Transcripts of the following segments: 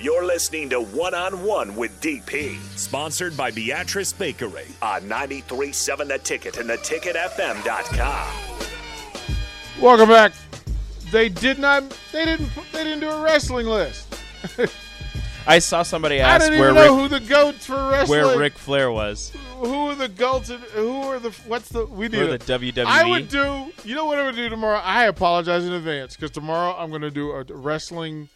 You're listening to One on One with DP, sponsored by Beatrice Bakery on 937 The Ticket and theticketfm.com. Welcome back. They did not. They didn't. put- They didn't do a wrestling list. I saw somebody I ask didn't where even know Rick, who the goats for wrestling. where Ric Flair was. Who are the goats? And who are the? What's the? We need Or a- the E? WWE. I would do. You know what I would do tomorrow? I apologize in advance because tomorrow I'm going to do a wrestling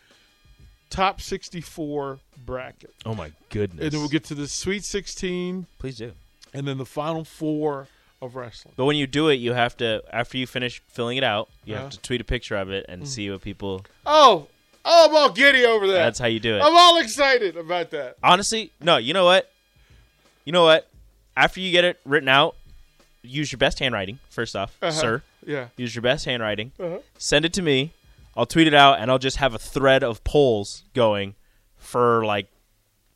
top 64 bracket, oh my goodness! and then we'll get to the Sweet 16, Please do. and then the final four of wrestling. But when you do it, you have to after you finish filling it out, you Yeah. have to tweet a picture of it and Mm. see what people. Oh, oh, I'm all giddy over that. That's how you do it. I'm all excited about that. Honestly, no. You know what? You know what? After you get it written out, use your best handwriting. First off, Uh-huh. sir, Yeah. use your best handwriting. Uh-huh. Send it to me. I'll tweet it out, and I'll just have a thread of polls going for like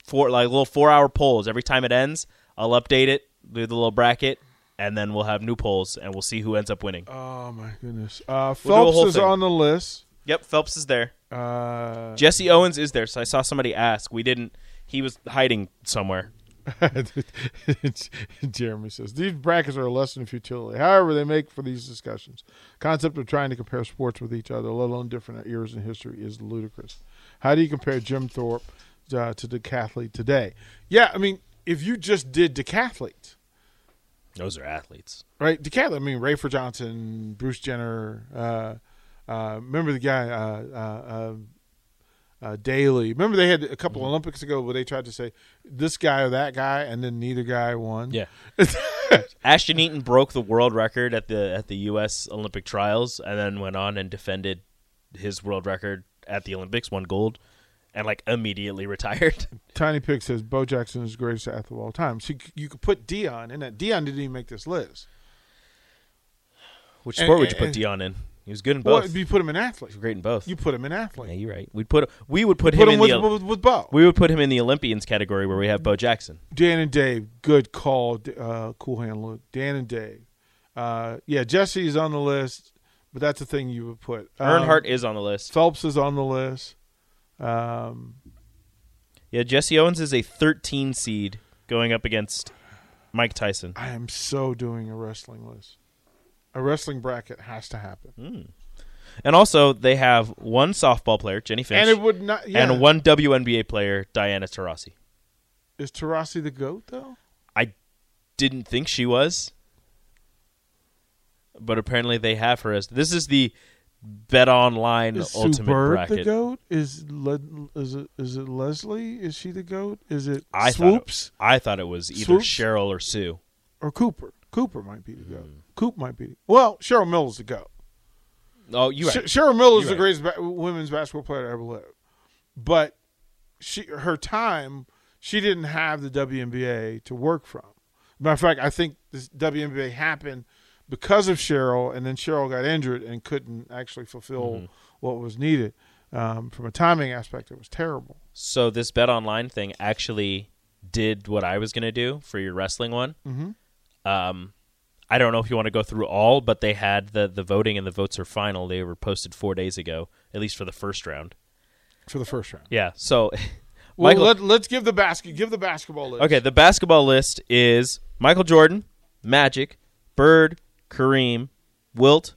four, like little four-hour polls. Every time it ends, I'll update it, do the little bracket, and then we'll have new polls, and we'll see who ends up winning. Oh my goodness. Uh, We'll do a Phelps whole is thing. on the list. Yep, Phelps is there. Uh, Jesse Owens is there. So I saw somebody ask. We didn't. He was hiding somewhere. Jeremy says these brackets are a lesson in futility. However, they make for these discussions. Concept of trying to compare sports with each other, let alone different eras in history, is ludicrous. How do you compare Jim Thorpe uh, to decathlete today? Yeah, I mean, if you just did decathlete, Those are athletes. right? Decathlete. I mean, Rayford Johnson, Bruce Jenner. Uh, uh, remember the guy uh, uh, uh, uh, Daly. Remember they had a couple Mm-hmm. Olympics ago where they tried to say this guy or that guy, and then neither guy won. Yeah. Ashton Eaton broke the world record at the at the U.S. Olympic trials, and then went on and defended his world record at the Olympics, won gold, and like immediately retired. Tiny Pig says Bo Jackson is the greatest athlete of all time. So you, c- you could put Dion in that. Dion didn't even make this list. Which And- sport would you put and- Dion in? He was good in Well, both. you put him in athlete. He was great in both. You put him in yeah, athlete. you're right. We'd put we would put, put him him in with, the with, with Bo. we would put him in the Olympians category where we have Bo Jackson. Dan and Dave, good call, D- uh, Cool Hand Luke. Dan and Dave. Uh, yeah, Jesse is on the list, but that's the thing you would put. Um, Earnhardt is on the list. Phelps is on the list. Um, Yeah, Jesse Owens is a 13 seed going up against Mike Tyson. I am so doing a wrestling list. A wrestling bracket has to happen, Hmm. And also, they have one softball player, Jenny Finch, and it would not. Yeah. and one WNBA player, Diana Taurasi. is Tarasi the goat though? I didn't think she was, but apparently they have her as. This is the Bet Online Is Sue Ultimate Bird the Bracket. goat? Is Le- is it is it Leslie? Is she the goat? Is it I thought it- Swoops I thought it was either Swoops? Cheryl or Sue. or Cooper? Cooper might be the goat. Hmm. Coop might be. The, well, Cheryl Miller's the goat. Oh, you Sh- right. Cheryl Miller is the You're right. greatest ba- women's basketball player to ever live, but she her time she didn't have the WNBA to work from. Matter of fact, I think this WNBA happened because of Cheryl, and then Cheryl got injured and couldn't actually fulfill Mm-hmm. what was needed. Um, from a timing aspect, it was terrible. So this bet online thing actually did what I was gonna do for your wrestling one. Mm-hmm. Um, I don't know if you want to go through all, but they had the the voting and the votes are final. They were posted four days ago, at least for the first round. for the first round. Yeah. So, Well, Michael. let, let's give the basket. Give the basketball list. okay, the basketball list is Michael Jordan, Magic, Bird, Kareem, Wilt,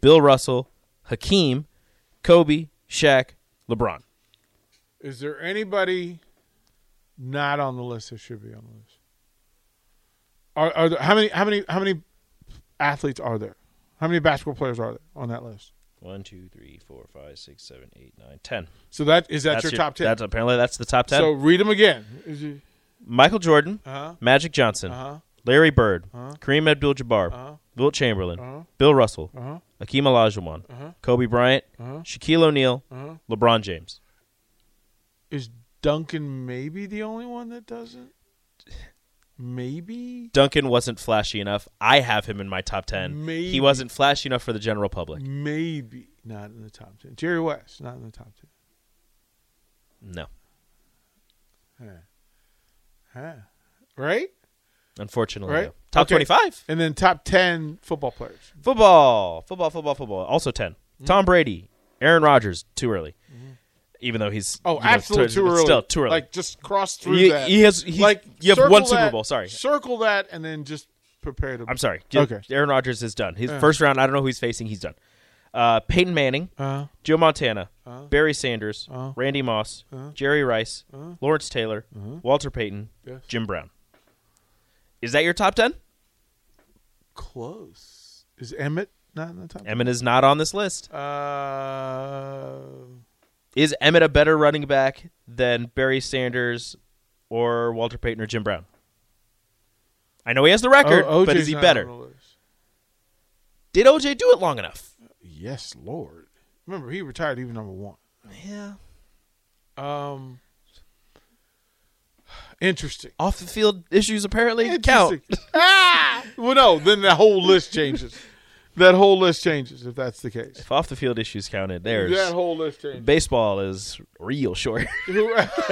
Bill Russell, Hakeem, Kobe, Shaq, LeBron. Is there anybody not on the list that should be on the list? Are, are there, how many? How many? How many athletes are there? How many basketball players are there on that list? One, two, three, four, five, six, seven, eight, nine, ten. So that is that your, top ten. That's apparently that's the top ten. So read them again. Is you, Michael Jordan, uh-huh, Magic Johnson, uh-huh, Larry Bird, Uh-huh. Kareem Abdul-Jabbar, Uh-huh. Wilt Chamberlain, Uh-huh. Bill Russell, uh-huh, Akeem Olajuwon, Uh-huh. Kobe Bryant, uh-huh, Shaquille O'Neal, uh-huh. LeBron James. Is Duncan maybe the only one that doesn't? Maybe, Duncan wasn't flashy enough. I have him in my top ten. Maybe. He wasn't flashy enough for the general public. maybe not in the top ten. Jerry West not in the top ten. No, Huh. Right? unfortunately. Right? no. Top Okay. twenty-five. And then top 10 football players. Mm-hmm. Football, football, football, football. Also 10 Tom Brady, Aaron Rodgers. Too early. even though he's Oh, you know, absolutely it's too early. Still too early. Like just cross through He- that. he has- he- like you have one circle Super that- Bowl, sorry. Circle that and then just prepare to. I'm sorry. Okay. Aaron Rodgers is done. His first round. I don't know who he's facing. He's done. Uh, Peyton Manning, Uh, Joe Montana, Barry Sanders, Randy Moss, Uh. Jerry Rice, Lawrence Taylor, Walter Payton, Mm-hmm. Yes. Jim Brown. Is that your top ten? close. Is Emmett not in the top? Emmett is not on this list. Uh, Is Emmett a better running back than Barry Sanders or Walter Payton or Jim Brown? I know he has the record, O- but OJ's is he not better? on the list. Did OJ do it long enough? Yes, Lord. Remember, he retired even number one. Yeah. Um, interesting. Off the field issues apparently Oh, count. Interesting. ah! Well, no, then the whole list changes. that whole list changes if that's the case. If off the field issues counted, there's That whole list changes. baseball is real short. Who-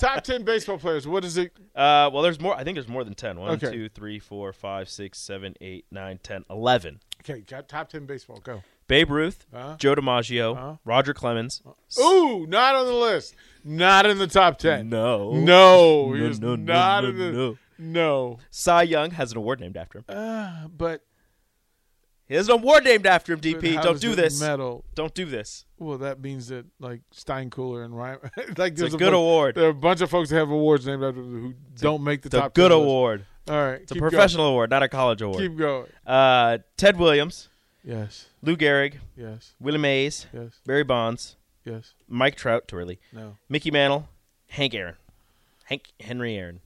Top ten baseball players. What is it? Uh, well, there's more. I think there's more than ten. One, Okay. two, three, four, five, six, seven, eight, nine, ten, eleven. Okay, got top ten baseball. Go. Babe Ruth, Huh? Joe DiMaggio, Huh? Roger Clemens. Uh-huh. Ooh, not on the list. Not in the top ten. No, no, No, he was no, no, not no, in the no. no. Cy Young has an award named after him. Uh, but He has an award named after him. but DP, how don't does do it this. Metal. Don't do this. Well, that means that like Steinkooler and Ryan, like It's there's a good bunch- award. There are a bunch of folks that have awards named after them who don't make the It's a top. good 10 list. award. All right, It's a professional award, not a college award. Keep going. Uh, Ted Williams, Yes, Lou Gehrig, yes, Willie Mays, yes, Barry Bonds, yes. Mike Trout, too early, No. Mickey Mantle, Hank Aaron, Hank Henry Aaron.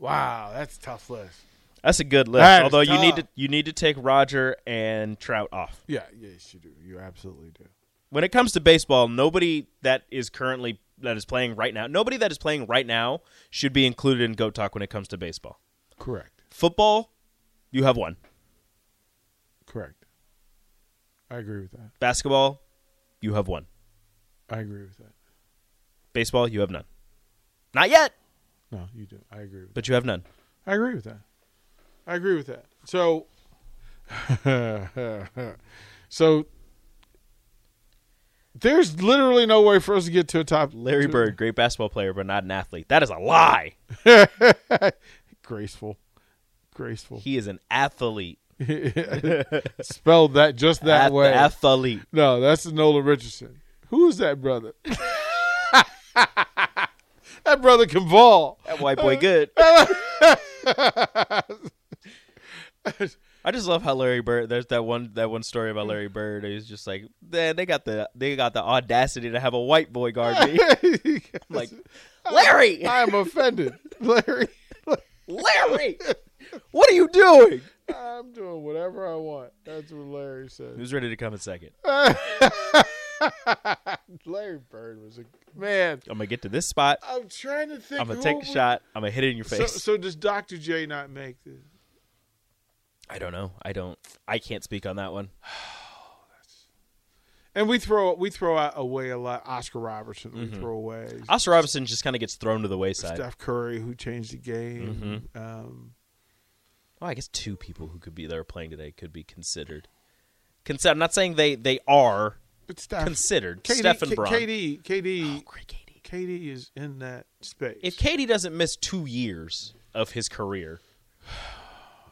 Wow, that's a tough list. That's a good list. That is Although you need tough. to you need to take Roger and Trout off. Yeah, yes, you do. You absolutely do. When it comes to baseball, nobody that is currently that is playing right now, nobody that is playing right now should be included in Goat Talk when it comes to baseball. Correct. Football, you have one. Correct. I agree with that. Basketball, you have one. I agree with that. Baseball, you have none. Not yet, No, you do. I agree with that. but you have none. I agree with that. I agree with that. So, so there's literally no way for us to get to a top. Larry to- Bird, great basketball player, but not an athlete. That is a lie. graceful, graceful. He is an athlete. Spelled that just that Ath- way. Athlete. No, that's Nolan Richardson. Who is that brother? that brother can ball. That white boy good. I just love how Larry Bird. There's that one that one story about Larry Bird. He's just like, man, they got the they got the audacity to have a white boy guard me. I'm like, Larry, I am offended, Larry. Larry, what are you doing? I'm doing whatever I want. That's what Larry said. Who's ready to come in second? Larry Bird was a man. I'm gonna get to this spot. I'm trying to think. I'm gonna who take a would- shot. I'm gonna hit it in your So, face. so does Dr. J not make this? I don't know. I don't. I can't speak on that one. And we throw we throw out away a lot. Oscar Robertson, Mm-hmm. we throw away. Oscar Robinson just kind of gets thrown to the wayside. Steph Curry, who changed the game. Mm-hmm. Um, Well, I guess two people who could be there playing today could be considered. Consider. I'm not saying they they are but Steph, considered. KD, Stefan K- Braun. KD, KD, Great Katie. KD is in that space. If Katie doesn't miss two years of his career,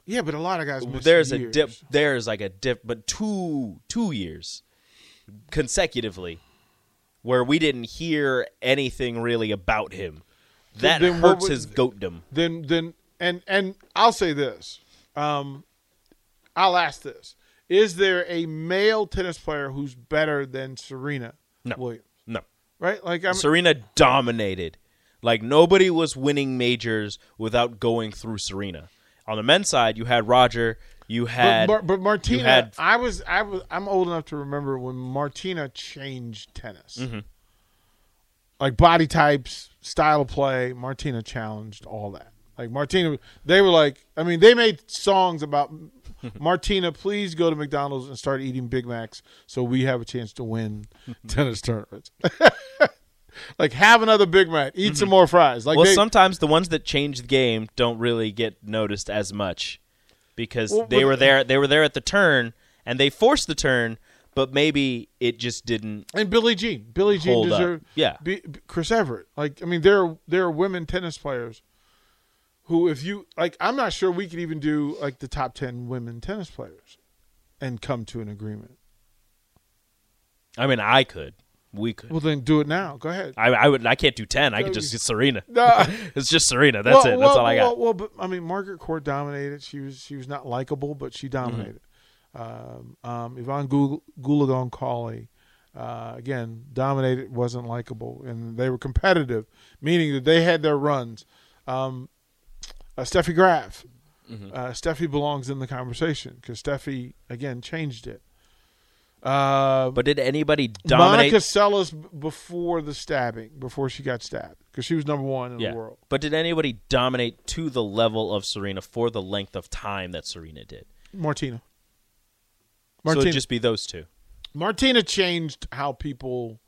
yeah, but a lot of guys. miss there's a years. dip. There's like a dip, but two two years consecutively where we didn't hear anything really about him. That then what hurts would- his goatdom. then then and and I'll say this. Um I'll ask this. Is there a male tennis player who's better than Serena No. Williams? No. Right? Like I'm Serena dominated. Like nobody was winning majors without going through Serena. On the men's side, you had Roger, you but, had Mar- but Martina had- I was I was I'm old enough to remember when Martina changed tennis. Mm-hmm. Like body types, style of play, Martina challenged all that. Like Martina they were like I mean they made songs about Martina, please go to McDonald's and start eating Big Macs so we have a chance to win tennis tournaments. like have another Big Mac, eat some more fries. Like Mm-hmm. well, they, sometimes the ones that change the game don't really get noticed as much because Well, they but- were there. They were there at the turn, and they forced the turn. but maybe it just didn't. And Billie Jean, Billie Jean Hold up. deserved. Yeah. B, B- Chris Everett. Like I mean, there are, there are women tennis players who, if you like, I'm not sure we could even do like the top ten women tennis players and come to an agreement. I mean, I could, we could. Well, then do it now. Go ahead. I, I would. I can't do ten. I could just get Serena. No. it's just Serena. That's Well, it. That's well, all I got. Well, well, but I mean, Margaret Court dominated. She was she was not likable, but she dominated. Um, um, Yvonne Goul- Goulagon Cauley, uh, again, dominated, wasn't likable, and they were competitive, meaning that they had their runs. Um, uh, Steffi Graf, Mm-hmm. uh, Steffi belongs in the conversation because Steffi again changed it. Uh, but did anybody dominate? Monica Seles b- before the stabbing, before she got stabbed, because she was number one in yeah. the world. But did anybody dominate to the level of Serena for the length of time that Serena did? Martina. So Martina, it'd just be those two. Martina changed how people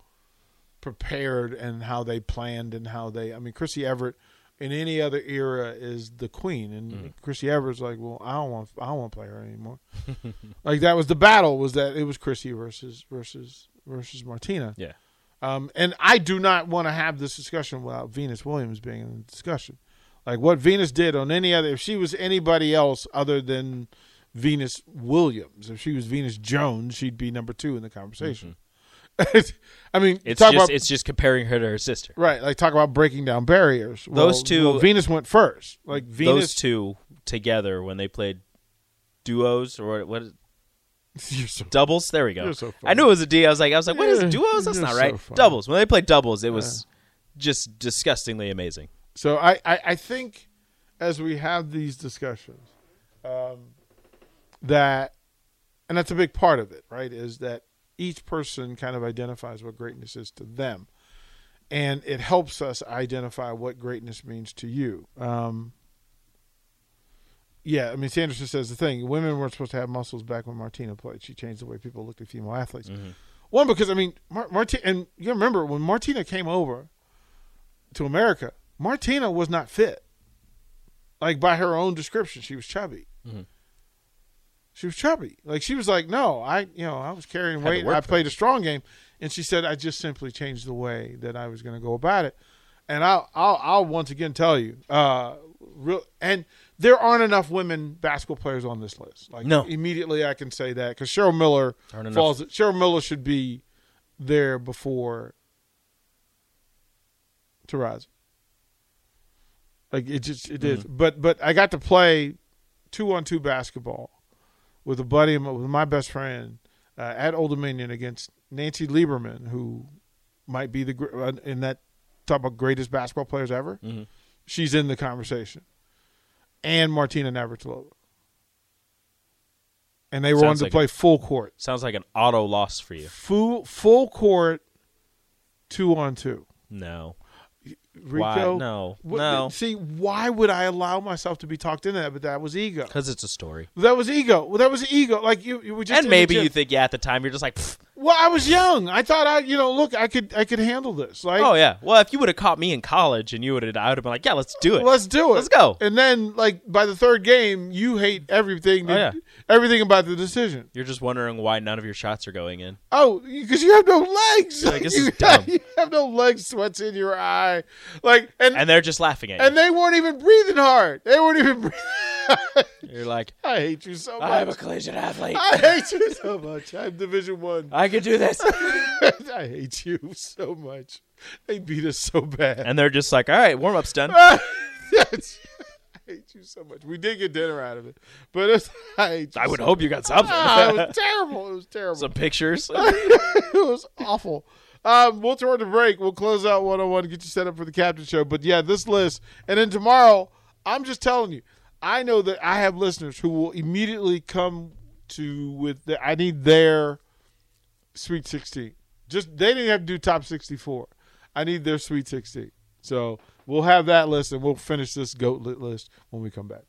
prepared and how they planned and how they. I mean, Chrissy Everett in any other era is the queen, and Mm-hmm. Chrissy Everett's like, well, I don't want, I don't want to play her anymore. like that was the battle was that it was Chrissy versus versus versus Martina. Yeah. Um, and I do not want to have this discussion without Venus Williams being in the discussion. Like what Venus did on any other, if she was anybody else other than Venus Williams, if she was Venus Jones, she'd be number two in the conversation. I mean, It's talk just about, it's just comparing her to her sister. right. Like talk about breaking down barriers. Well, Those two- well, Venus went first. Like Those Venus, two together when they played duos or what, what is- You're so- doubles? There we go. You're so funny. I knew it was a D. I was like, I was like, what is Yeah, it, duos? That's you're not so right. funny. doubles. When they played doubles, it was just disgustingly amazing. So I, I, I think as we have these discussions, um, that, and that's a big part of it, right? Is that each person kind of identifies what greatness is to them. And it helps us identify what greatness means to you. Um, yeah, I mean, Sanderson says the thing women weren't supposed to have muscles back when Martina played. She changed the way people looked at female athletes. Mm-hmm. One, because, I mean, Mar- Martina, and you remember when Martina came over, to America, Martina was not fit. Like by her own description, she was chubby. Mm-hmm. She was chubby. Like she was like, no, I, you know, I was carrying to weight. work I for played a strong game, and she said I just simply changed the way that I was going to go about it. And I'll, I'll, I'll once again tell you, uh, real, and there aren't enough women basketball players on this list. Like No. immediately I can say that because Cheryl Miller Aren't enough. falls. Cheryl Miller should be there before Tarazi. Like it just it is. Mm-hmm. But but I got to play two on two basketball with a buddy of my, with my best friend uh, at Old Dominion against Nancy Lieberman, who might be the gr- uh, in that talk about greatest basketball players ever. Mm-hmm. She's in the conversation, and Martina Navratilova. And they were Sounds wanted like to play full court, Sounds like an auto loss for you. full full court, two on two. No. Rico, Why? No. What- No. See, why would I allow myself to be talked into that? But that was ego. Because it's a story. That was ego. Well, that was ego. Like you, you were just. in and the maybe gym. you think, yeah, at the time you're just like, "Pfft, Well, I was young. I thought I, you know, look, I could, I could handle this. Like, oh yeah. Well, if you would have caught me in college and you would have, I would have been like, yeah, let's do it. let's do it. Let's go. And then, like by the third game, you hate everything, that- Oh, yeah. everything about the decision. You're just wondering why none of your shots are going in. Oh, because you have no legs. Like, this is you, dumb. you have no legs. Sweats in your eye. Like, and and, And they're just laughing at you. they weren't even breathing hard. They weren't even. breathing. You're like, I hate you so much. I'm a collision athlete. I hate you so much. I'm Division One. I, I can do this. I hate you so much. They beat us so bad. and they're just like, all right, warm up's done. Yes. I hate you so much. We did get dinner out of it, but it's, I hate you. I would so hope you got something. Ah, it was terrible. It was terrible. Some pictures. it was awful. Um, we'll turn to break. We'll close out one on one, get you set up for the captain show. But yeah, this list. And then tomorrow, I'm just telling you, I know that I have listeners who will immediately come to with the, I need their sweet 16. Just they didn't have to do top 64. I need their sweet 16. So we'll have that list and we'll finish this goat lit list when we come back.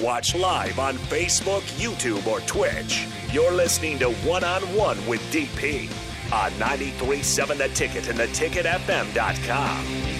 Watch live on Facebook, YouTube, or Twitch. You're listening to One on One with DP on 937 The Ticket and theticketfm.com.